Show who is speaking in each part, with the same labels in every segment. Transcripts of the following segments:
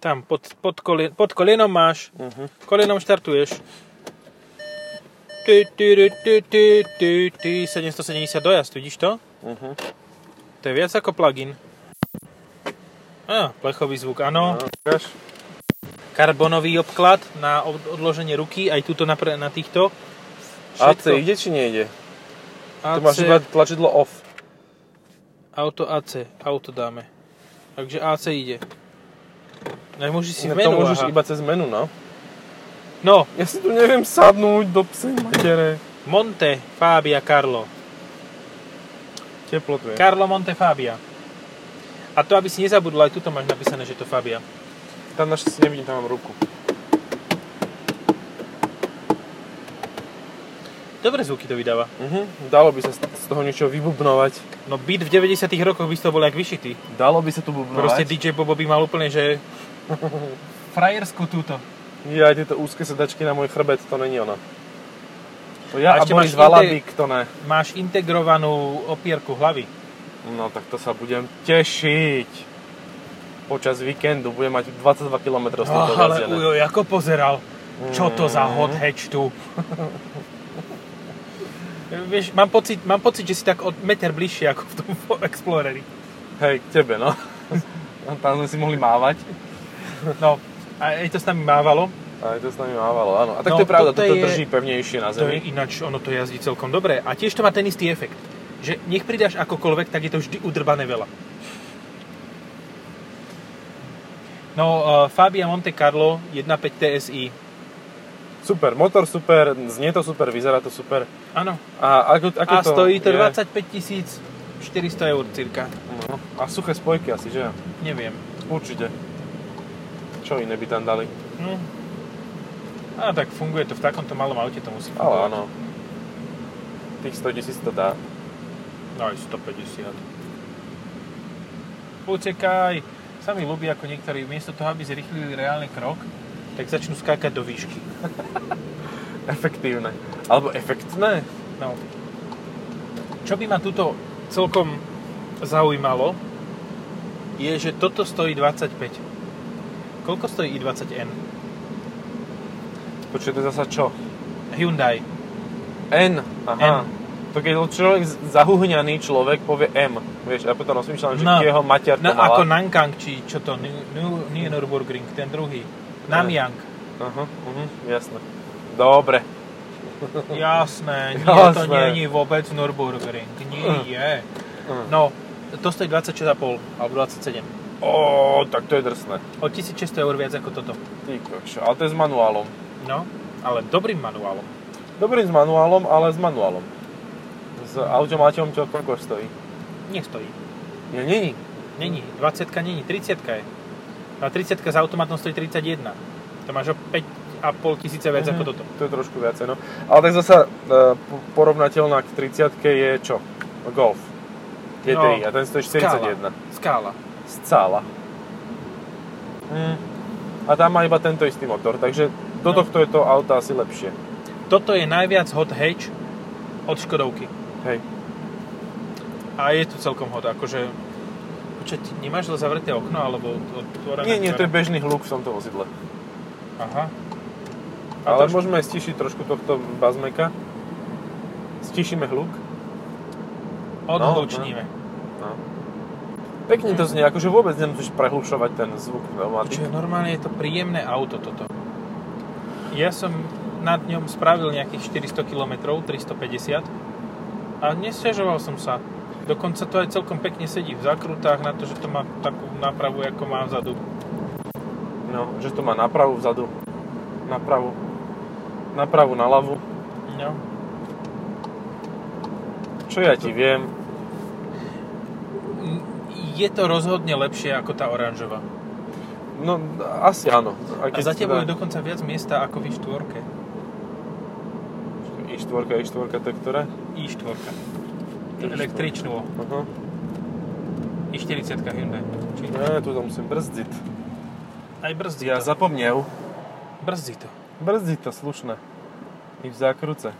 Speaker 1: Tam, pod, pod, kolien, pod kolienom máš,
Speaker 2: Mhm.
Speaker 1: kolienom štartuješ. Ty, ty, ty, ty, ty, ty, ty, 770 dojazd, vidíš to?
Speaker 2: Mhm.
Speaker 1: To je viac ako plugin. Á, plechový zvuk, áno.
Speaker 2: No, ukáž.
Speaker 1: Karbonový obklad na od- odloženie ruky, aj tuto na, pre- na týchto.
Speaker 2: AC ide či nejde?
Speaker 1: AC,
Speaker 2: Tu máš iba tlačidlo off.
Speaker 1: Auto AC, auto dáme. Takže AC ide. Nemôžeš si
Speaker 2: Inak
Speaker 1: menu,
Speaker 2: to môžeš
Speaker 1: aha.
Speaker 2: iba cez menu, no.
Speaker 1: No,
Speaker 2: Ja si tu neviem sadnúť do psej matere.
Speaker 1: Monte Fabia Carlo.
Speaker 2: Teplo tu je.
Speaker 1: Carlo Monte Fabia. A to, aby si nezabudol, aj tuto máš napísané, že je to Fabia.
Speaker 2: Tam našťastie nevidím, tam mám ruku.
Speaker 1: Dobré zvuky to vydáva.
Speaker 2: Mhm. Dalo by sa z- z toho niečo vybubnovať.
Speaker 1: No beat v 90 rokoch by z toho bol jak vyšitý.
Speaker 2: Dalo by sa tu bubnovať.
Speaker 1: Proste DJ Bobo by mal úplne, že... Frajersku túto.
Speaker 2: Ja, tieto úzke sedačky na môj chrbet, to není ona. To ja
Speaker 1: A
Speaker 2: a,
Speaker 1: ešte máš
Speaker 2: Boris Valabík, to ne.
Speaker 1: Máš integrovanú opierku hlavy.
Speaker 2: No tak to sa budem tešiť. Počas víkendu budem mať 22 km z
Speaker 1: Oh,
Speaker 2: toho
Speaker 1: ale
Speaker 2: jazdené.
Speaker 1: ujo, ako pozeral. Čo to za hot hatch tu? Vieš, mám pocit, mám pocit, že si tak od meter bližšie ako v tom Exploreri.
Speaker 2: Hej, k tebe, no. tam sme si mohli mávať.
Speaker 1: No, a aj to s nami mávalo.
Speaker 2: A aj to s nami mávalo, áno. A tak
Speaker 1: No,
Speaker 2: to je pravda,
Speaker 1: toto
Speaker 2: toto
Speaker 1: je-
Speaker 2: drží pevnejšie na
Speaker 1: To je
Speaker 2: zemi.
Speaker 1: ináč, ono to jazdí celkom dobre. A tiež to má ten istý efekt. Že nech pridáš akokoľvek, tak je to vždy udrbané veľa. No, uh, Fabia Monte Carlo 1.5 TSI.
Speaker 2: Super, motor super, znie to super, vyzerá to super.
Speaker 1: Áno.
Speaker 2: A, ako, aké
Speaker 1: A
Speaker 2: to
Speaker 1: stojí to
Speaker 2: je?
Speaker 1: 25 400 eur cirka.
Speaker 2: No. A suché spojky asi, že?
Speaker 1: Neviem.
Speaker 2: Určite. Čo iné by tam dali?
Speaker 1: No. A tak funguje to v takomto malom aute, to musí
Speaker 2: Ale
Speaker 1: fungovať.
Speaker 2: áno. Tých 100 tisíc to dá.
Speaker 1: Aj 150. Utekaj. Sa mi ľúbi, ako niektorí miesto toho, aby zrýchlili reálny krok, tak začnú skákať do výšky.
Speaker 2: Efektívne. Alebo efektné?
Speaker 1: No. Čo by ma tuto celkom zaujímalo, je, že toto stojí 25. Koľko stojí i20N?
Speaker 2: Počkaj, to je zasa čo?
Speaker 1: Hyundai.
Speaker 2: N.
Speaker 1: N.
Speaker 2: Aha. To keď človek z- zahuhňaný človek povie M, vieš, a potom rozmýšľam, že
Speaker 1: No.
Speaker 2: no. jeho mater to
Speaker 1: No,
Speaker 2: mala.
Speaker 1: ako Nankang, či čo to, New, New, nie Nürburgring, ten druhý. Namyang.
Speaker 2: Aha, uh jasné. Dobre.
Speaker 1: Jasné, nie, to
Speaker 2: Jasné.
Speaker 1: nie je vôbec Nürburgring, nie je.
Speaker 2: Mm.
Speaker 1: No, to stojí 26,5 alebo 27.
Speaker 2: Ó, tak to je drsné.
Speaker 1: O 1600 eur viac ako toto.
Speaker 2: Ty kokšo, ale to je s manuálom.
Speaker 1: No, ale dobrým manuálom.
Speaker 2: Dobrým s manuálom, ale s manuálom. S automátom to koľko stojí?
Speaker 1: Nestojí.
Speaker 2: Ja není.
Speaker 1: Není, 20 není, 30 je. A 30 s automatom stojí 31. To máš o 5,5 tisíce viac
Speaker 2: Mhm.
Speaker 1: ako toto.
Speaker 2: To je trošku viacej, no. Ale tak zasa e, po- porovnateľná k 30 je čo? Golf. GTI,
Speaker 1: No.
Speaker 2: a ten stojí 41.
Speaker 1: Skála.
Speaker 2: Z cála. Mm. A tam má iba tento istý motor, takže do
Speaker 1: No.
Speaker 2: tohto je to auto asi lepšie.
Speaker 1: Toto je najviac hot hatch od Škodovky.
Speaker 2: Hej.
Speaker 1: A je tu celkom hod, akože... Počkaj, ty nemáš to zavreté okno, alebo otvorené?
Speaker 2: Nie, nie, to je
Speaker 1: ktoré-
Speaker 2: bežný hluk v tomto vozidle.
Speaker 1: Aha. A
Speaker 2: Ale
Speaker 1: trošku-
Speaker 2: môžeme stišiť trošku tohto bazmeka. Stišíme hluk.
Speaker 1: Odhlučníme.
Speaker 2: No. Pekne
Speaker 1: Mhm.
Speaker 2: to znie, akože vôbec nemusíš prehlušovať ten zvuk pneumatik.
Speaker 1: Čiže normálne je to príjemné auto toto. Ja som nad ňom spravil nejakých 400 km, 350 a nesťažoval som sa. Dokonca to aj celkom pekne sedí v zakrutách na to, že to má takú nápravu, ako má vzadu.
Speaker 2: No, že to má napravu vzadu. Napravu. Napravu na lavu.
Speaker 1: No.
Speaker 2: Čo ja ti viem?
Speaker 1: Mm, Je to rozhodne lepšie ako tá oranžová.
Speaker 2: No, asi áno.
Speaker 1: A za tebou je dokonca viac miesta ako v i4.
Speaker 2: I4, I4, to je ktoré?
Speaker 1: i4.
Speaker 2: I4.
Speaker 1: Električnú.
Speaker 2: Aha.
Speaker 1: i40 Hyundai. Čiže
Speaker 2: Ne, tu to musím brzdiť.
Speaker 1: aj brzdí
Speaker 2: Ja
Speaker 1: to.
Speaker 2: zapomnel.
Speaker 1: Brzdí to.
Speaker 2: Brzdí to slušné. I v zákruce.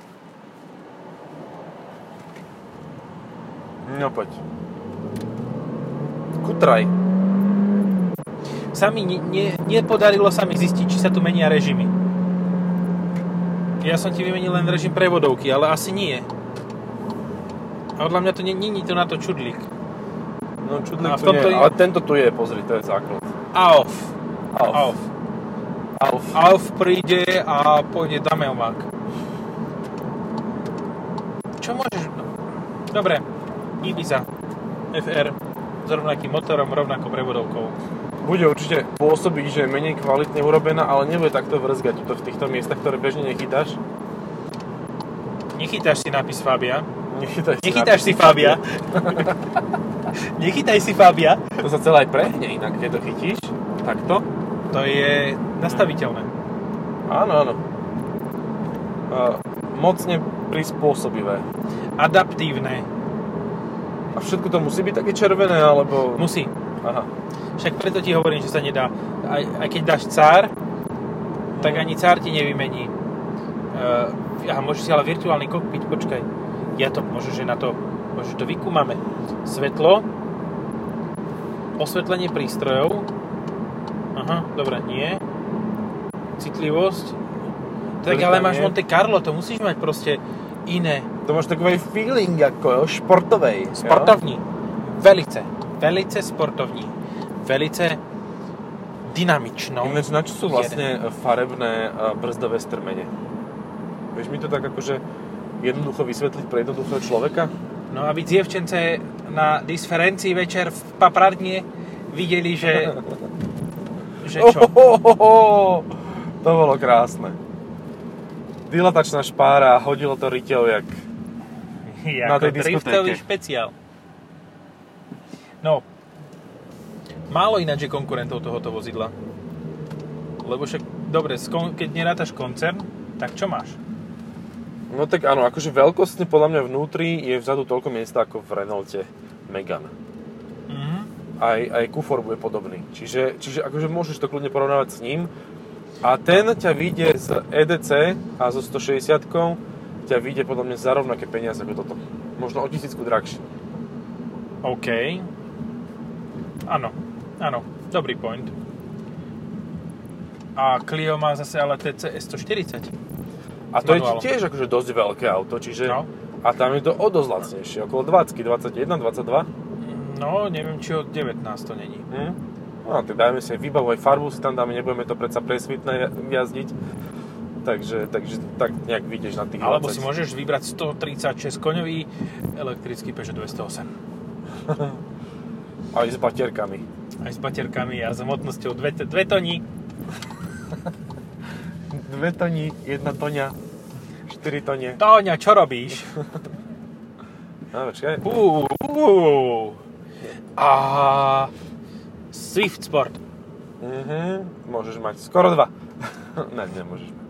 Speaker 2: No poď. Kutraj.
Speaker 1: sami ne, ne, nepodarilo sa mi zistiť, či sa tu menia režimy. Ja som ti vymenil len režim prevodovky, ale asi nie. A podľa mňa to nie- není to na to čudlík.
Speaker 2: No čudlík
Speaker 1: A v
Speaker 2: tu nie,
Speaker 1: tomto
Speaker 2: je,
Speaker 1: je-
Speaker 2: ale tento tu je, pozri, to je základ.
Speaker 1: AOF.
Speaker 2: Auf.
Speaker 1: AOF.
Speaker 2: Auf.
Speaker 1: AOF príde a pôjde Damelmark. Čo môžeš... Dobre. Ibiza. FR. S rovnakým motorom, rovnakou prevodovkou.
Speaker 2: Bude určite pôsobiť, že je menej kvalitne urobená, ale nebude takto vrzgať tuto v týchto miestach, ktoré bežne nechytáš.
Speaker 1: Nechytáš si nápis Fabia.
Speaker 2: Nechytáš si,
Speaker 1: Nechytáš si
Speaker 2: nápis.
Speaker 1: Fabia. Nechytaj si Fabia.
Speaker 2: To sa celé aj prehne inak, keď to chytíš. Takto.
Speaker 1: To je nastaviteľné.
Speaker 2: Áno, áno. Uh, mocne prispôsobivé.
Speaker 1: Adaptívne.
Speaker 2: A všetko to musí byť také červené, alebo...
Speaker 1: Musí.
Speaker 2: Aha.
Speaker 1: Však preto ti hovorím, že sa nedá. Aj, aj keď dáš cár, tak ani cár ti nevymení. Uh, aha, môžeš si ale virtuálny kokpit, počkaj. Ja to, môžu, že na to, môžu to vykúmame. Svetlo, osvetlenie prístrojov. Aha, dobre, nie. Citlivosť. Tak
Speaker 2: Ktorý
Speaker 1: ale
Speaker 2: tam
Speaker 1: máš
Speaker 2: je?
Speaker 1: Monte Carlo, to musíš mať proste iné.
Speaker 2: To máš takovej feeling ako, jo, športovej. jo?
Speaker 1: Sportovní. Velice. Velice sportovní. Velice dynamičnou.
Speaker 2: Ináč, na čo sú vlastne farebné a brzdové strmene? Vieš mi to tak akože jednoducho vysvetliť pre jednoduchého človeka?
Speaker 1: No a vy dievčence na disferencii večer v Papradne videli, že... že čo?
Speaker 2: Ohohoho, to bolo krásne. Dilatačná špára, hodilo to ryťou jak...
Speaker 1: Jako
Speaker 2: na tej
Speaker 1: driftový
Speaker 2: diskotéke.
Speaker 1: špeciál. No. Málo ináč je konkurentov tohoto vozidla. Lebo však, dobre, skon- keď nerátaš koncern, tak čo máš?
Speaker 2: No tak áno, akože veľkostne podľa mňa vnútri je vzadu toľko miesta ako v Renaulte Megane.
Speaker 1: Mhm.
Speaker 2: Aj, aj kufor bude podobný. Čiže, čiže akože môžeš to kľudne porovnávať s ním. A ten ťa vyjde z EDC a so 160 ťa vyjde podľa mňa za rovnaké peniaze ako toto. Možno o tisícku drahšie.
Speaker 1: OK. Áno, áno, dobrý point. A Clio má zase ale TCS 140.
Speaker 2: A to je
Speaker 1: Manuálom.
Speaker 2: tiež akože dosť veľké auto, čiže...
Speaker 1: No.
Speaker 2: A tam je to o dosť lacnejšie, okolo 20, 21, 22.
Speaker 1: No, neviem, či od 19 to není.
Speaker 2: Hm? No, tak dajme si aj výbavu, aj farbu si tam dáme, nebudeme to predsa presvitné jazdiť. Takže, takže tak nejak vidieš na tých
Speaker 1: Alebo si
Speaker 2: 20.
Speaker 1: môžeš vybrať 136 koňový elektrický Peugeot 208.
Speaker 2: Aj s batierkami.
Speaker 1: Aj s baterkami a s hmotnosťou 2 tony.
Speaker 2: Dve toni, jedna tonia, štyri tonie.
Speaker 1: Tóňa, čo robíš?
Speaker 2: No, počkaj.
Speaker 1: Uú, uú. A Swift Sport.
Speaker 2: Mhm, môžeš mať skoro dva. ne, nemôžeš mať.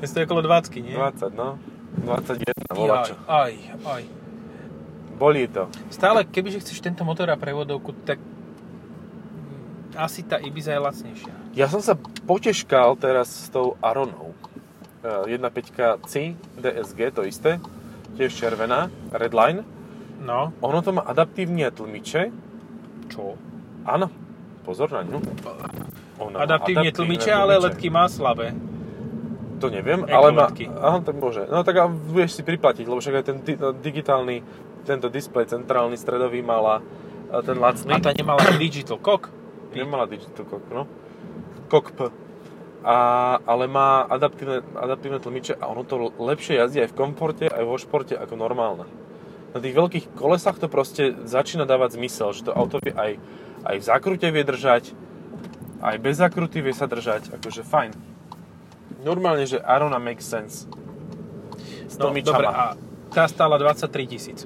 Speaker 1: Dnes to je okolo 20, nie?
Speaker 2: 20, no. 21,
Speaker 1: aj,
Speaker 2: volačo.
Speaker 1: aj, aj.
Speaker 2: Bolí to.
Speaker 1: Stále, kebyže chceš tento motor a prevodovku, tak asi tá Ibiza je lacnejšia.
Speaker 2: Ja som sa poteškal teraz s tou Aronou. E, 1.5 C, DSG, to isté. Tiež červená, Redline.
Speaker 1: No.
Speaker 2: Ono to má adaptívne tlmiče.
Speaker 1: Čo?
Speaker 2: Áno, pozor na ňu. Ona má
Speaker 1: Adaptívne tlmiče, ale letky má slabé.
Speaker 2: To neviem,
Speaker 1: Eko
Speaker 2: ale má...
Speaker 1: letky.
Speaker 2: Aha, tak môže. No tak a budeš si priplatiť, lebo však aj ten di- digitálny, tento displej centrálny, stredový mala e, ten
Speaker 1: A
Speaker 2: lacný.
Speaker 1: tá nemala digital cock.
Speaker 2: Nemala digital kok, no. Kokp. A, ale má adaptívne, adaptívne tlmiče a ono to lepšie jazdí aj v komforte, aj vo športe ako normálne. Na tých veľkých kolesách to proste začína dávať zmysel, že to auto vie aj, aj v zákrute vie držať, aj bez zakruty vie sa držať, akože fajn. Normálne, že Arona makes sense. S
Speaker 1: No,
Speaker 2: tlmičama.
Speaker 1: dobre, a tá stála 23 tisíc.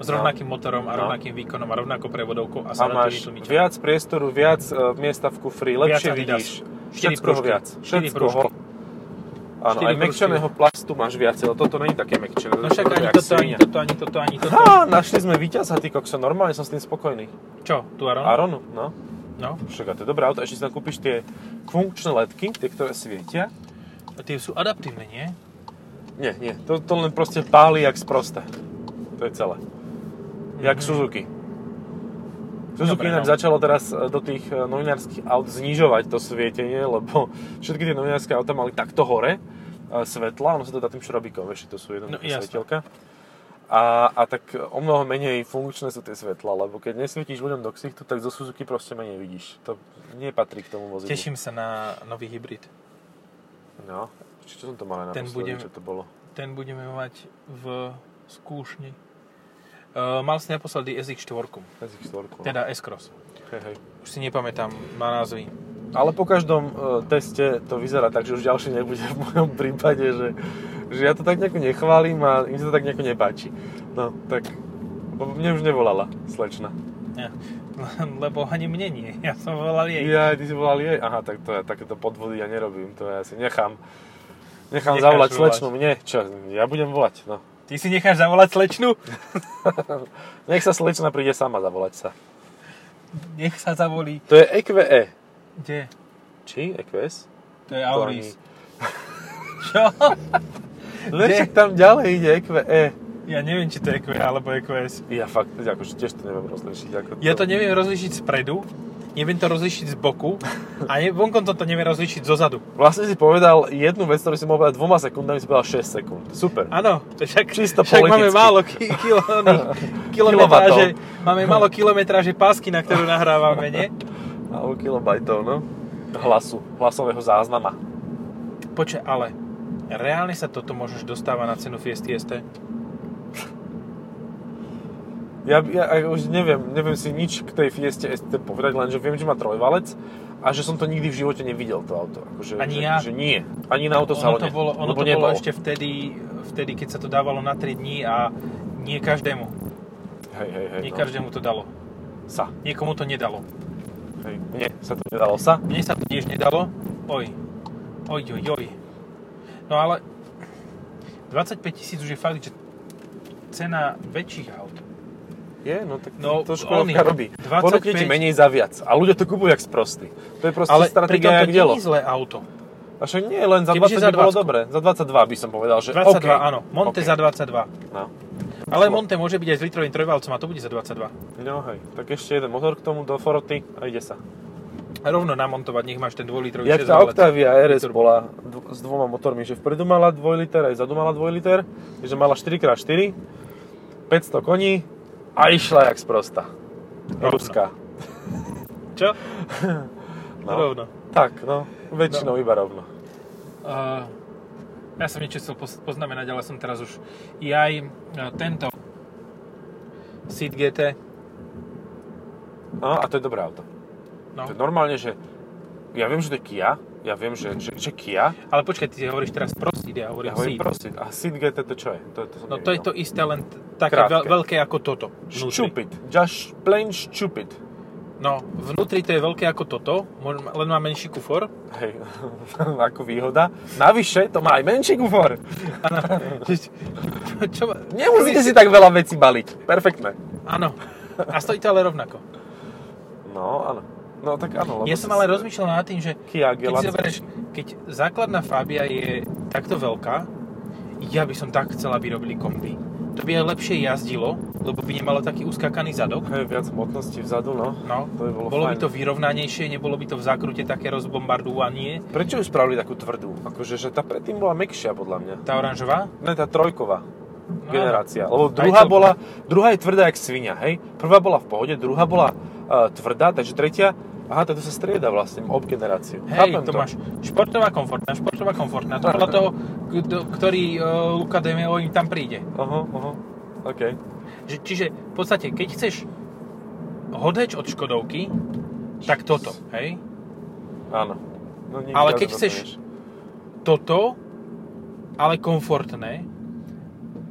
Speaker 1: S
Speaker 2: No.
Speaker 1: rovnakým motorom a
Speaker 2: No.
Speaker 1: rovnakým výkonom a rovnakou prevodovkou a
Speaker 2: a máš
Speaker 1: tlmičami.
Speaker 2: viac priestoru, viac e, miesta v kufri, lepšie
Speaker 1: Adidas.
Speaker 2: vidíš.
Speaker 1: Štyri
Speaker 2: Všetko
Speaker 1: prúžky.
Speaker 2: viac.
Speaker 1: Štyri No
Speaker 2: Všetko
Speaker 1: prúžky.
Speaker 2: ho. Áno,
Speaker 1: Štyri
Speaker 2: aj
Speaker 1: prúžky.
Speaker 2: mekčaného plastu máš viacej, ale toto není také mekčané.
Speaker 1: No však ani
Speaker 2: Jak
Speaker 1: toto, ani
Speaker 2: svinia.
Speaker 1: toto, ani toto, ani toto.
Speaker 2: Á, našli sme víťaza, ty kokso, normálne som s tým spokojný.
Speaker 1: Čo, tu Aron?
Speaker 2: Aronu, no.
Speaker 1: No,
Speaker 2: Však a to je dobré auto, ešte si tam kúpiš tie funkčné ledky, tie, ktoré svietia.
Speaker 1: a tie sú adaptívne, nie?
Speaker 2: Nie, nie, to, to len proste páli jak sprosté. To je celé. Jak
Speaker 1: Mhm.
Speaker 2: Suzuki. Suzuki
Speaker 1: Dobre,
Speaker 2: ináč
Speaker 1: no.
Speaker 2: začalo teraz e, do tých e, novinárskych aut znižovať to svietenie, lebo všetky tie novinárske auta mali takto hore e, svetla, ono sa to dá tým šrobíkom, ešte to
Speaker 1: No,
Speaker 2: sú jednoduché
Speaker 1: jasné.
Speaker 2: svetielka. A, a tak o mnoho menej funkčné sú tie svetla, lebo keď nesvietíš ľuďom do ksichtu, tak zo Suzuki proste menej vidíš. To nepatrí k tomu vozidlu.
Speaker 1: Teším sa na nový hybrid.
Speaker 2: No, či čo som to mal aj
Speaker 1: Ten
Speaker 2: naposledy,
Speaker 1: bude-
Speaker 2: čo to bolo?
Speaker 1: Ten budeme mať v skúšni. Uh, mal si naposledy SX4,
Speaker 2: SX4. no.
Speaker 1: teda S-Cross.
Speaker 2: Hej, hej.
Speaker 1: Už si nepamätám na názvy.
Speaker 2: Ale po každom e, teste to vyzerá tak, že už ďalší nebude v mojom prípade, že, že ja to tak nejako nechválim a im sa to tak nejako nepáči. No, tak lebo mne už nevolala slečna.
Speaker 1: Ja. Lebo ani mne nie. Ja som volal jej.
Speaker 2: Ja, ty si volali jej? Aha, tak to ja takéto podvody ja nerobím, to ja si nechám. Nechám
Speaker 1: Necháš
Speaker 2: zavolať
Speaker 1: volať.
Speaker 2: slečnu mne, čo, ja budem volať, no.
Speaker 1: Ty si necháš zavolať slečnu?
Speaker 2: Nech sa slečna príde sama zavolať sa.
Speaker 1: Nech sa zavolí.
Speaker 2: To je E EQE.
Speaker 1: Kde?
Speaker 2: Či? EQS?
Speaker 1: To je
Speaker 2: To
Speaker 1: Auris.
Speaker 2: ani-
Speaker 1: Čo?
Speaker 2: No
Speaker 1: Kde?
Speaker 2: však tam ďalej ide E EQE.
Speaker 1: Ja neviem, či to je EQ alebo EQS.
Speaker 2: Ja fakt, akože tiež to neviem rozlišiť. Ako
Speaker 1: Ja to neviem rozlišiť spredu, neviem to rozlišiť z boku a ne, vonkom to neviem rozlišiť zozadu.
Speaker 2: Vlastne si povedal jednu vec, ktorú si mohol povedať dvoma sekundami, si povedal 6 sekúnd. Super.
Speaker 1: Áno, to však,
Speaker 2: Čisto
Speaker 1: však máme
Speaker 2: politicky.
Speaker 1: málo ki- kilo, kilometráže, máme málo kilometráže pásky, na ktorú nahrávame, nie?
Speaker 2: Alebo kilobajtov, no. Hlasu, hlasového záznama.
Speaker 1: Počkaj, ale reálne sa toto môžeš dostávať na cenu Fiesti ST?
Speaker 2: Ja, ja, ja už neviem, neviem si nič k tej Fieste ST povedať, lenže viem, že má trojvalec a že som to nikdy v živote nevidel, to auto. Akože,
Speaker 1: Ani
Speaker 2: že,
Speaker 1: ja.
Speaker 2: Že nie. Ani na autosalóne.
Speaker 1: Ono to bolo, ono
Speaker 2: lebo
Speaker 1: to bolo
Speaker 2: nebol.
Speaker 1: ešte vtedy, vtedy, keď sa to dávalo na 3 dní a nie každému,
Speaker 2: Hej, hej, hej.
Speaker 1: nie
Speaker 2: No.
Speaker 1: každému to dalo.
Speaker 2: Sa.
Speaker 1: Niekomu to nedalo.
Speaker 2: Hej. Mne sa to nedalo sa.
Speaker 1: Mne sa to tiež nedalo. Oj. Oj, oj, oj. No ale 25 tisíc už je fakt, že cena väčších aut.
Speaker 2: Je, no tak
Speaker 1: No,
Speaker 2: no,
Speaker 1: oni-
Speaker 2: to školovka robí.
Speaker 1: 25
Speaker 2: Ponúkne ti menej za viac. A ľudia to kupujú jak sprostí. To je proste
Speaker 1: Ale pritom
Speaker 2: stratégia
Speaker 1: to
Speaker 2: jak
Speaker 1: nie
Speaker 2: dielo.
Speaker 1: je zlé auto.
Speaker 2: A však nie, len za
Speaker 1: Kebyže
Speaker 2: 20
Speaker 1: za
Speaker 2: by bolo
Speaker 1: 20.
Speaker 2: dobre. Za 22 by som povedal, že
Speaker 1: 22,
Speaker 2: OK.
Speaker 1: áno. Monte
Speaker 2: OK.
Speaker 1: za 22.
Speaker 2: No.
Speaker 1: Ale
Speaker 2: Šlo.
Speaker 1: Monte môže byť aj s litrovým trojvalcom a to bude za 22.
Speaker 2: no hej, tak ešte jeden motor k tomu do Foroty a ide sa.
Speaker 1: A rovno namontovať, nech máš ten 2 litrový
Speaker 2: Jak tá Octavia RS
Speaker 1: Turbo.
Speaker 2: bola dv- s dvoma motormi, že vpredu mala 2 liter, aj zadu mala 2 liter, že mala 4x4, 500 koní a išla jak sprosta.
Speaker 1: Rovno.
Speaker 2: Ruská.
Speaker 1: Čo?
Speaker 2: No.
Speaker 1: Rovno.
Speaker 2: Tak, no, väčšinou iba rovno.
Speaker 1: Uh, ja som niečo chcel poz- poznamenať, ale som teraz už... Ja aj eh, tento Seat GT,
Speaker 2: No a to je dobré auto.
Speaker 1: no.
Speaker 2: To je normálne, že ja viem, že to je Kia, ja viem, že, že, že Kia,
Speaker 1: Ale počkaj, ty hovoríš teraz prostý, ja hovorím
Speaker 2: ja hovorím
Speaker 1: Seat.
Speaker 2: prosím, a Seat GT to čo je? To, to som
Speaker 1: No to je
Speaker 2: nevidel.
Speaker 1: to isté, len t- také
Speaker 2: Krátke.
Speaker 1: veľ- veľké ako toto. Vnútri.
Speaker 2: Stupid. Just plain stupid.
Speaker 1: No, vnútri to je veľké ako toto, mož- len má menší kufor.
Speaker 2: Hej, ako výhoda. Navyše, to má aj menší kufor.
Speaker 1: Čo má-
Speaker 2: Nemusíte si tak veľa vecí baliť. Perfektné.
Speaker 1: Áno. A stojí to ale rovnako.
Speaker 2: No, áno. No tak áno. lebo
Speaker 1: Ja som
Speaker 2: to-
Speaker 1: ale rozmýšľal nad tým, že
Speaker 2: Kia
Speaker 1: keď, si
Speaker 2: Gelazzo.
Speaker 1: zoberieš, keď základná Fabia je takto veľká, ja by som tak chcela, aby robili kombi. To by aj lepšie jazdilo, lebo by nemalo taký uskakaný zadok.
Speaker 2: Hej, viac hmotnosti vzadu, no.
Speaker 1: No,
Speaker 2: To by bolo
Speaker 1: bolo by
Speaker 2: fajn.
Speaker 1: to vyrovnanejšie, nebolo by to v zákrute také rozbombardovanie.
Speaker 2: Prečo ju spravili takú tvrdú? Akože, že tá predtým bola mekšia, podľa mňa.
Speaker 1: Tá oranžová?
Speaker 2: Ne, tá trojková
Speaker 1: No,
Speaker 2: generácia. Lebo
Speaker 1: Aj
Speaker 2: druhá
Speaker 1: celkom.
Speaker 2: bola, druhá je tvrdá jak svinia, hej. Prvá bola v pohode, druhá bola uh, tvrdá, takže tretia, aha, táto sa strieda vlastne, ob generáciu.
Speaker 1: Hej,
Speaker 2: Chápem
Speaker 1: to, máš športová komfortná, športová komfortná. To podľa toho, kdo, ktorý uh, Luka Demeo im tam príde.
Speaker 2: Aha, aha, okej.
Speaker 1: Že, čiže v podstate, keď chceš hodeč od Škodovky, tak toto, hej?
Speaker 2: Áno. No, nikdy
Speaker 1: Ale
Speaker 2: viac
Speaker 1: keď chceš-
Speaker 2: nedostaneš.
Speaker 1: Toto, ale komfortné,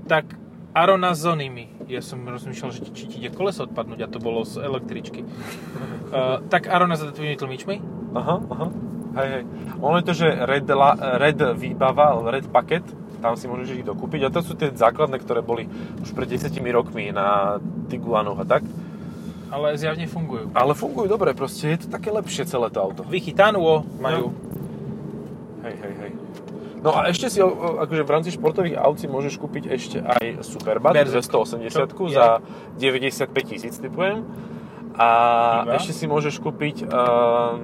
Speaker 1: tak Arona s Zonimi. Ja som rozmýšľal, že či ti ide koleso odpadnúť a to bolo z električky. uh, tak Arona s adaptívnymi tlmičmi.
Speaker 2: Aha, aha. Hej, hej. Ono je to, že red, la, red výbava, alebo red paket, tam si môžeš ich dokúpiť. A to sú tie základné, ktoré boli už pred 10 rokmi na Tiguanoch a tak.
Speaker 1: ale zjavne fungujú.
Speaker 2: Ale fungujú dobre, proste je to také lepšie celé to auto.
Speaker 1: Vychytanú No. majú.
Speaker 2: Hej, hej, hej. No a ešte si, o- o- akože v rámci športových aut si môžeš kúpiť ešte aj Superba,
Speaker 1: Berzik.
Speaker 2: 280
Speaker 1: Čo?
Speaker 2: za 95 tisíc, typujem. A A
Speaker 1: Iba?
Speaker 2: ešte si môžeš kúpiť uh,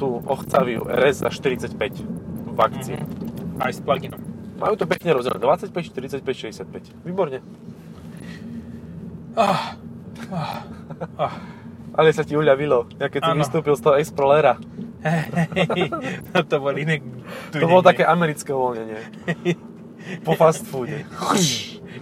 Speaker 2: tú ochcaviu RS za 45 v akcii.
Speaker 1: Mhm.
Speaker 2: Mm-hmm.
Speaker 1: Aj s pluginom.
Speaker 2: Majú to pekne rozdelené. 25, 45, 65. Výborne.
Speaker 1: Ah, ah, ah.
Speaker 2: Ale sa ti uľavilo, ja keď si
Speaker 1: Áno.
Speaker 2: vystúpil z toho Explorera.
Speaker 1: Hej, no to bol iné...
Speaker 2: To bolo také americké uvoľnenie. Po fast foode.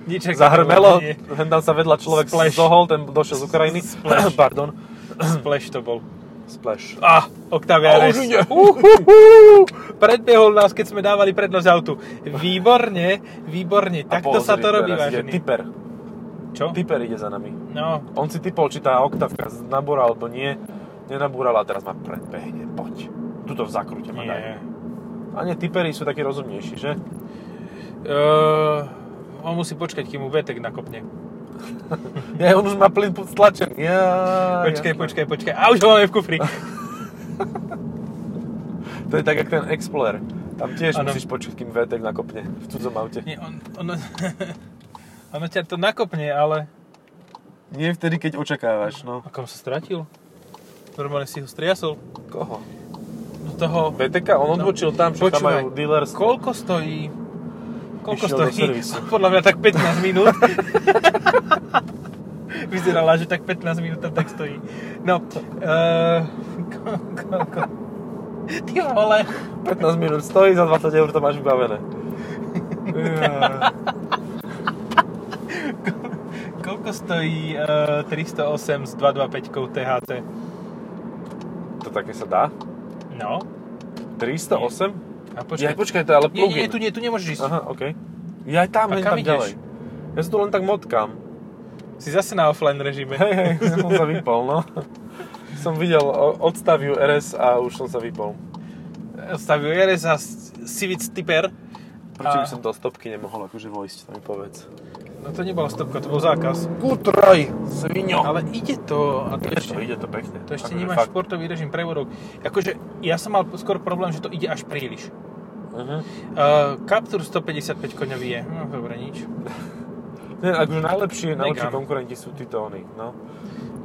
Speaker 1: Nič ako
Speaker 2: Zahrmelo,
Speaker 1: nie.
Speaker 2: hen tam sa vedľa človek
Speaker 1: Splash.
Speaker 2: zohol, ten došiel z Ukrajiny.
Speaker 1: Splash.
Speaker 2: Pardon.
Speaker 1: Splash to bol.
Speaker 2: Splash.
Speaker 1: Ah, Octavia
Speaker 2: A
Speaker 1: RS.
Speaker 2: už ide.
Speaker 1: Uhuhu, predbehol nás, keď sme dávali prednosť autu. Výborne, výborne.
Speaker 2: A
Speaker 1: Takto sa
Speaker 2: pozri,
Speaker 1: to robí,
Speaker 2: teraz ide
Speaker 1: vážený. No.
Speaker 2: Typer.
Speaker 1: Čo?
Speaker 2: Typer ide za nami.
Speaker 1: No,
Speaker 2: On si typol, či tá oktavka nabúra alebo nie. Nenabúrala, teraz ma predbehne, poď. Tuto v zakrute ma No daj.
Speaker 1: nie.
Speaker 2: A nie, typeri sú takí rozumnejší, že?
Speaker 1: Uh, on musí počkať, kým mu vetek nakopne.
Speaker 2: Ja, on už má plyn stlačený. Ja,
Speaker 1: Počkaj,
Speaker 2: ja.
Speaker 1: počkaj, počkaj. A už ho máme v kufri.
Speaker 2: To je tak, jak ten Explorer. Tam tiež
Speaker 1: Áno.
Speaker 2: ano. musíš počuť, kým VTEC nakopne v cudzom aute.
Speaker 1: Nie, on, on, ono ťa to nakopne, ale...
Speaker 2: Nie vtedy, keď očakávaš, no.
Speaker 1: A kam sa stratil? Normálne si ho striasol.
Speaker 2: Koho?
Speaker 1: Do toho...
Speaker 2: VTK, on odbočil tam, čo tam
Speaker 1: Počúvaj,
Speaker 2: majú dealers.
Speaker 1: Koľko stojí? Koľko
Speaker 2: Išiel do
Speaker 1: stojí?
Speaker 2: servisu.
Speaker 1: Podľa mňa tak 15 minút. Vyzerala, že tak 15 minút tam tak stojí. No, uh, ko, ko, ko. Ty vole,
Speaker 2: 15 minút stojí, za 20 eur to máš vybavené. Ja.
Speaker 1: koľko stojí uh, 308 s 225 THC?
Speaker 2: To také sa dá?
Speaker 1: No,
Speaker 2: 308?
Speaker 1: a
Speaker 2: Počkaj. Ja,
Speaker 1: počkaj.
Speaker 2: počkaj, to je ale
Speaker 1: nie, nie,
Speaker 2: plugin.
Speaker 1: tu, nie, tu nemôžeš ísť.
Speaker 2: Aha, okej. Ja aj tam,
Speaker 1: A
Speaker 2: len
Speaker 1: kam
Speaker 2: tam
Speaker 1: ideš?
Speaker 2: ďalej. Ja sa tu len tak motkám.
Speaker 1: Si zase na offline režime.
Speaker 2: Hej, hej, ja som sa vypol, no. Som videl o- odstaviu RS a už som sa vypol.
Speaker 1: Stavil RS a s- Civic Typer.
Speaker 2: Prečo
Speaker 1: A-
Speaker 2: by som do stopky nemohol akože vojsť, to mi povedz.
Speaker 1: No to nebola stopka, to bol zákaz.
Speaker 2: Kutraj, sviňo.
Speaker 1: Ale ide to. A to
Speaker 2: Ide
Speaker 1: ešte,
Speaker 2: to, ide to pekne.
Speaker 1: to ešte
Speaker 2: Akože
Speaker 1: nemáš
Speaker 2: fakt.
Speaker 1: športový režim prevodov. Akože ja som mal skôr problém, že to ide až príliš.
Speaker 2: Mhm.
Speaker 1: Uh, Captur 155 koňový je. No dobre, nič.
Speaker 2: Nie, akože najlepší, najlepší
Speaker 1: Megane.
Speaker 2: konkurenti sú títo oni, no.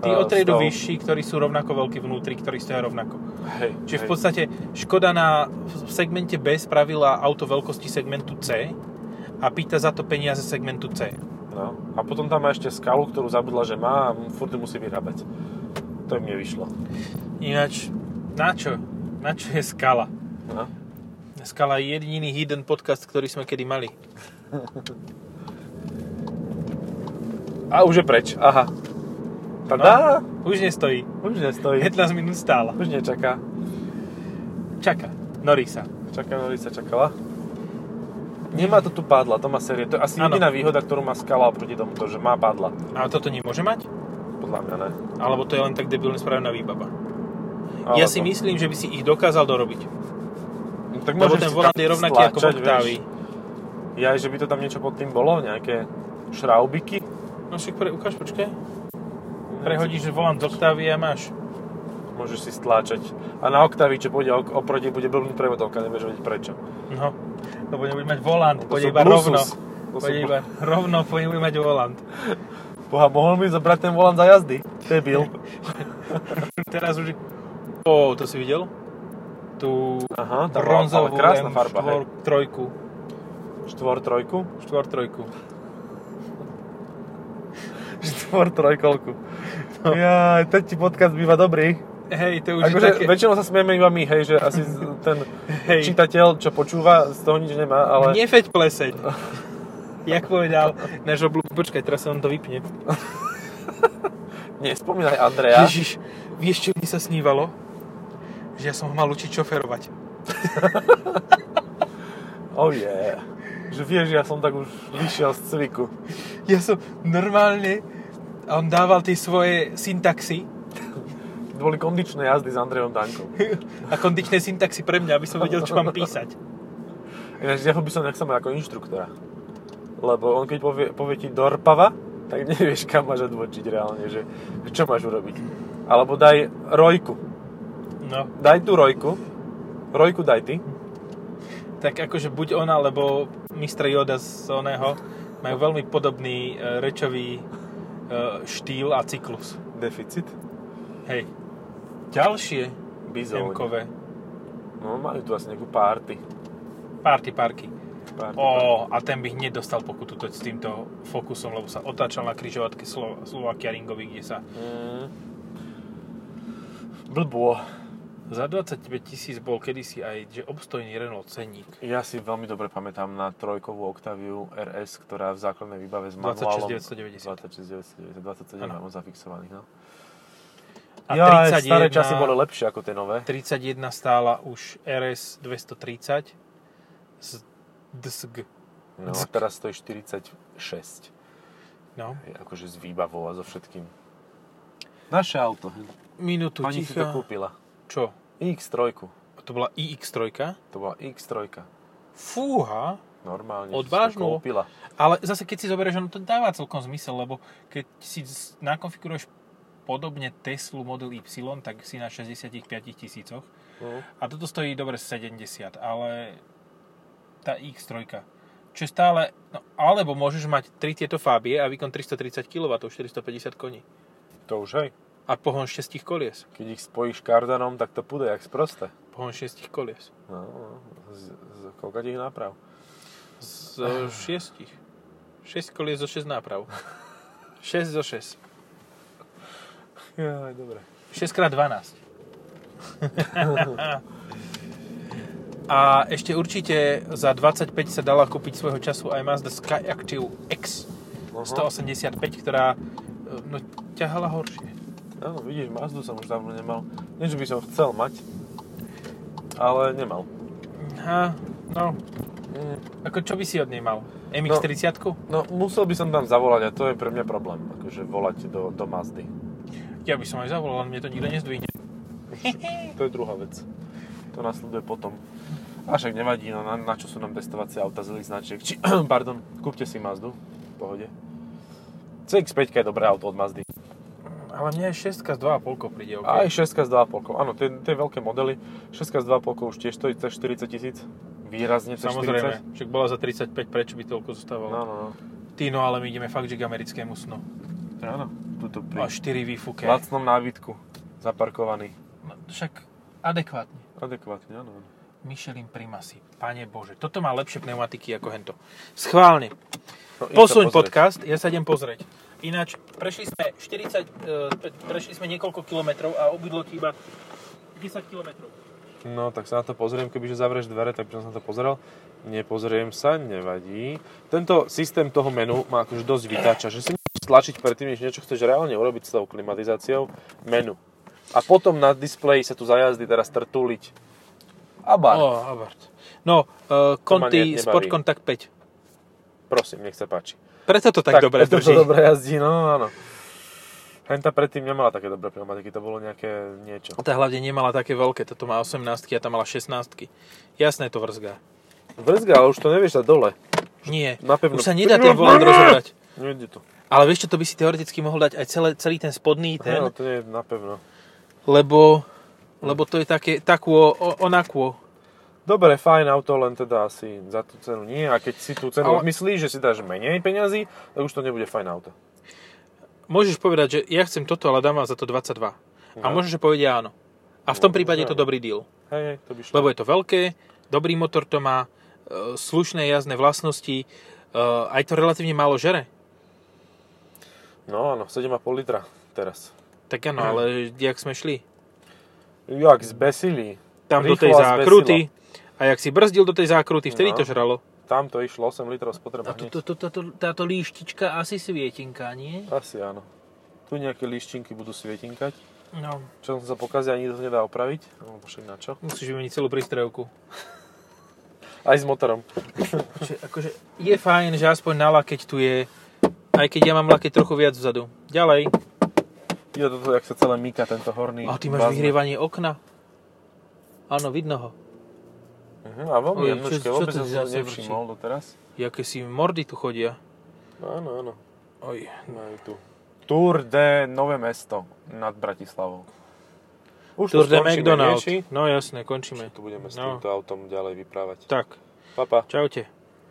Speaker 1: Tí
Speaker 2: A
Speaker 1: o triedu
Speaker 2: s tou-
Speaker 1: vyšší, ktorí sú rovnako veľkí vnútri, ktorí stojí rovnako.
Speaker 2: Hej,
Speaker 1: Čiže v
Speaker 2: hej.
Speaker 1: podstate Škoda na v segmente B spravila auto veľkosti segmentu C a pýta za to peniaze segmentu C.
Speaker 2: No. A potom tam má ešte skalu, ktorú zabudla, že má a furt ju musí vyrábať. To im nevyšlo.
Speaker 1: Ináč, na čo? Na čo je skala?
Speaker 2: No.
Speaker 1: Skala je jediný hidden podcast, ktorý sme kedy mali.
Speaker 2: A už je preč, aha. Tada,
Speaker 1: Už nestojí.
Speaker 2: no. už nestojí,
Speaker 1: 15 minút stála.
Speaker 2: už nečaká.
Speaker 1: Čaká. Norisa.
Speaker 2: Čaká, no, sa čakala. Nemá to tu pádla, to má série. To je asi
Speaker 1: Áno.
Speaker 2: jediná výhoda, ktorú má skala oproti tomu, to, že má pádla.
Speaker 1: A toto nemôže mať?
Speaker 2: Podľa mňa ne.
Speaker 1: Alebo to je len tak debilne spravená výbava?
Speaker 2: Alebo...
Speaker 1: Ja si myslím, že by si ich dokázal dorobiť.
Speaker 2: No, tak
Speaker 1: Lebo
Speaker 2: môžeš
Speaker 1: ten
Speaker 2: si
Speaker 1: volant
Speaker 2: tam
Speaker 1: je rovnaký ako v
Speaker 2: stlačať,
Speaker 1: Octavii.
Speaker 2: vieš. Ja, že by to tam niečo pod tým bolo, nejaké šraubiky.
Speaker 1: No však pre, ukáž, počkaj. Prehodíš volant z Octavy a máš.
Speaker 2: Môžeš si stláčať. A na Octavii, čo pôjde ok- oproti, bude blbý prevodovka, nebudeš vedieť prečo.
Speaker 1: No. To bude mať volant,
Speaker 2: To
Speaker 1: pôjde
Speaker 2: sú
Speaker 1: iba
Speaker 2: Bluetooth.
Speaker 1: rovno.
Speaker 2: To sú
Speaker 1: Pôjde
Speaker 2: Blu-
Speaker 1: iba rovno, pôjde mať volant.
Speaker 2: Boha, mohol mi zobrať ten volant za jazdy? Debil.
Speaker 1: Teraz už... Ó, to si videl? Tú
Speaker 2: Aha, tam bola ale
Speaker 1: bronzovú
Speaker 2: krásna farba.
Speaker 1: M4,
Speaker 2: hej.
Speaker 1: trojku.
Speaker 2: Štvor trojku?
Speaker 1: Štvor trojku.
Speaker 2: Štvor trojkolku. No. Jaj, teď ti podcast býva dobrý.
Speaker 1: Hej, to už je
Speaker 2: Akože
Speaker 1: také...
Speaker 2: väčšinou sa smieme iba my, hej, že asi z- ten
Speaker 1: Hej.
Speaker 2: čitateľ, čo počúva, z toho nič nemá, ale...
Speaker 1: Nefeď pleseň. Jak povedal náš obľúb... Počkaj, teraz sa on to vypne.
Speaker 2: Nespomínaj Andreja.
Speaker 1: Ježiš, vieš, čo mi sa snívalo? Že ja som ho mal učiť šoferovať.
Speaker 2: Oh yeah. Že vieš, ja som tak už vyšiel z cviku.
Speaker 1: Ja som normálne... A on dával tie svoje syntaxy
Speaker 2: To boli kondičné jazdy s Andrejom Dankom.
Speaker 1: a kondičné syntaxy pre mňa, aby som vedel, čo mám písať.
Speaker 2: Ináč, ja ho by som nechcel mať ako inštruktora. Lebo on keď povie, povie ti dorpava, tak nevieš, kam máš odbočiť reálne, že čo máš urobiť. Alebo daj rojku.
Speaker 1: No,
Speaker 2: Daj tú rojku. Rojku daj ty.
Speaker 1: tak akože buď on, alebo Mr. Yoda z oného majú veľmi podobný e, rečový e, štýl a cyklus.
Speaker 2: deficit.
Speaker 1: Hej. Ďalšie
Speaker 2: Bizóň.
Speaker 1: M-kové
Speaker 2: No majú tu asi nejakú party.
Speaker 1: party parky.
Speaker 2: party
Speaker 1: Ó, a ten by hneď dostal pokutu toť s týmto fokusom, lebo sa otáčal na križovatke Slo- Slovakia Ringovi, kde sa
Speaker 2: Mm. Blbo.
Speaker 1: za 25 tisíc bol kedysi aj že obstojný Renault ceník.
Speaker 2: Ja si veľmi dobre pamätám na trojkovú Octaviu RS, ktorá v základnej výbave s manuálom...
Speaker 1: 26990.
Speaker 2: 26 990, 27
Speaker 1: Áno.
Speaker 2: mám zafixovaných, no.
Speaker 1: A
Speaker 2: Jaj,
Speaker 1: 31,
Speaker 2: staré časy boli lepšie ako tie nové.
Speaker 1: 31 stála už RS 230 z DSG.
Speaker 2: No,
Speaker 1: Ck.
Speaker 2: teraz stojí 46.
Speaker 1: No.
Speaker 2: Hej, Akože s výbavou a so všetkým. Naše auto.
Speaker 1: Minútu
Speaker 2: Pani si to
Speaker 1: ticha.
Speaker 2: kúpila.
Speaker 1: Čo?
Speaker 2: X3.
Speaker 1: To bola iX3?
Speaker 2: To bola X3.
Speaker 1: Fúha.
Speaker 2: Normálne.
Speaker 1: Odvážno.
Speaker 2: Si to kúpila.
Speaker 1: Ale zase keď si zoberieš, ono to dáva celkom zmysel, lebo keď si z- nakonfiguruješ podobne Teslu Model Y, tak si na 65 tisícoch.
Speaker 2: No.
Speaker 1: A toto stojí dobre 70, ale tá X3. Čo je stále... No, alebo môžeš mať tri tieto Fabie a výkon 330 kW, 450 koní.
Speaker 2: To už hej.
Speaker 1: A pohon 6 kolies.
Speaker 2: Keď ich spojíš kardanom, tak to pôjde jak sproste.
Speaker 1: Pohon 6 kolies.
Speaker 2: No, no. Z, z, koľka tých náprav?
Speaker 1: Z 6. 6 kolies zo 6 náprav. 6 zo 6.
Speaker 2: Jaj, dobre.
Speaker 1: 6x12. A ešte určite za 25 sa dala kúpiť svojho času aj Mazda Skyactiv X
Speaker 2: Aha.
Speaker 1: 185, ktorá e, no, ťahala horšie.
Speaker 2: Áno, vidíš, Mazdu som už dávno nemal. Nie, že by som chcel mať, ale nemal.
Speaker 1: Ha, no,
Speaker 2: Mm.
Speaker 1: ako čo by si od nej mal? MX-30? No.
Speaker 2: No, musel by som tam zavolať a to je pre mňa problém. Akože volať do, do Mazdy.
Speaker 1: Ja by som aj zavolal, ale mne to nikto nezdvihne.
Speaker 2: To je druhá vec. To nasleduje potom. A však nevadí, no na, na čo sú nám testovacie auta z iných značiek. Či, pardon, kúpte si Mazdu, v pohode. CX-5 je dobré auto od Mazdy.
Speaker 1: Ale mne aj 6 z 2,5 príde OK.
Speaker 2: A aj 6 s 2,5. Áno, tie, tie veľké modely. 6 s 2,5 už tiež stojí cez 40 tisíc. Výrazne cez
Speaker 1: Samozrejme, však bola za 35, prečo by toľko
Speaker 2: 40.
Speaker 1: zostávalo?
Speaker 2: No, no, no.
Speaker 1: Ty, no ale my ideme fakt, že k americkému snu.
Speaker 2: Áno, tuto
Speaker 1: A
Speaker 2: pri
Speaker 1: 4 výfuke.
Speaker 2: lacnom nábytku. Zaparkovaný.
Speaker 1: No, však adekvátne.
Speaker 2: Adekvátne, áno. áno.
Speaker 1: Michelin Primasy. Pane Bože, toto má lepšie pneumatiky ako hento. Schválne.
Speaker 2: No, íď sa
Speaker 1: Posuň
Speaker 2: pozrieť.
Speaker 1: podcast, ja sa idem pozrieť. Ináč, prešli sme 40, e, pe- prešli sme niekoľko kilometrov a obydlo ti iba 10 kilometrov.
Speaker 2: No, tak sa na to pozriem, kebyže zavrieš dvere, tak by som sa na to pozrel. Nepozriem sa, nevadí. Tento systém toho menu ma akože dosť vytáča, že si musíš stlačiť predtým, než niečo chceš reálne urobiť s tou klimatizáciou, menu. A potom na displeji sa tu zajazdy teraz trtuliť. A
Speaker 1: Ó,
Speaker 2: bar, oh.
Speaker 1: oh, Abarth. No, e, Conti
Speaker 2: ne- nebaví.
Speaker 1: Sport Contact 5.
Speaker 2: prosím, nech sa páči.
Speaker 1: Preto to tak, dobre
Speaker 2: preto
Speaker 1: drží.
Speaker 2: to dobre jazdí, no áno. Henta predtým nemala také dobré pneumatiky, to bolo nejaké niečo.
Speaker 1: Tá hlavne nemala také veľké, toto má 18 a tá mala 16. Jasné to vrzga.
Speaker 2: Vrzga, ale už to nevieš sa dole.
Speaker 1: Nie,
Speaker 2: Napevno.
Speaker 1: už sa nedá ten volant rozobrať.
Speaker 2: Nejde to.
Speaker 1: Ale vieš čo, to by si teoreticky mohol dať aj celé, celý ten spodný ten,
Speaker 2: Ten? to nie je napevno.
Speaker 1: lebo, lebo to je také, takú, onakú.
Speaker 2: Dobre, fajn auto, len teda asi za tú cenu nie. A keď si tú cenu
Speaker 1: Ale-
Speaker 2: ale... myslíš, že si dáš menej peňazí, tak už to nebude fajn auto.
Speaker 1: Môžeš povedať, že ja chcem toto, ale dám vám za to 22. A
Speaker 2: No.
Speaker 1: môžeš, že povedia áno. A v tom
Speaker 2: No,
Speaker 1: prípade je to
Speaker 2: áno.
Speaker 1: dobrý deal.
Speaker 2: Hej, hej, to by šlo.
Speaker 1: Lebo je to veľké, dobrý motor to má, e, slušné jazdné vlastnosti, e, aj to relatívne málo žere.
Speaker 2: No áno, 7,5 litra teraz.
Speaker 1: Tak áno, ale jak sme šli,
Speaker 2: Jak zbesili.
Speaker 1: tam do
Speaker 2: Rýchlo
Speaker 1: tej
Speaker 2: a
Speaker 1: zákruty,
Speaker 2: zbesilo.
Speaker 1: a jak si brzdil do tej zákruty, vtedy
Speaker 2: No.
Speaker 1: to žralo.
Speaker 2: Tam to išlo 8 litrov spotreba.
Speaker 1: A to, to, to, to, to, táto líštička asi svietinka, nie?
Speaker 2: Asi áno. Tu nejaké líštinky budú svietinkať.
Speaker 1: No,
Speaker 2: Čo som sa pokazil, ani to nedá opraviť. Alebo však na čo?
Speaker 1: musíš vymeniť celú prístrojku.
Speaker 2: Aj s motorom.
Speaker 1: Čiže akože je fajn, že aspoň na lakeť tu je, aj keď ja mám lakeť trochu viac vzadu. Ďalej.
Speaker 2: Je toto, jak sa celé myka tento horný.
Speaker 1: A ty máš
Speaker 2: bazén.
Speaker 1: vyhrievanie okna. Áno, vidno ho.
Speaker 2: Mhm, a veľmi
Speaker 1: Oj, čo-
Speaker 2: jemnočké,
Speaker 1: čo
Speaker 2: vôbec
Speaker 1: to
Speaker 2: som
Speaker 1: si
Speaker 2: to
Speaker 1: zase
Speaker 2: nevšimol doteraz. No,
Speaker 1: Jaké si mordy tu chodia.
Speaker 2: Áno, áno.
Speaker 1: Oj.
Speaker 2: Majú No, tu. Tour de Nové mesto nad Bratislavou. Už
Speaker 1: Tour de
Speaker 2: skončíme,
Speaker 1: McDonald's.
Speaker 2: nie, či?
Speaker 1: No jasné, končíme.
Speaker 2: Tu budeme s
Speaker 1: No.
Speaker 2: týmto autom ďalej vyprávať.
Speaker 1: Tak,
Speaker 2: Papa.
Speaker 1: čaute.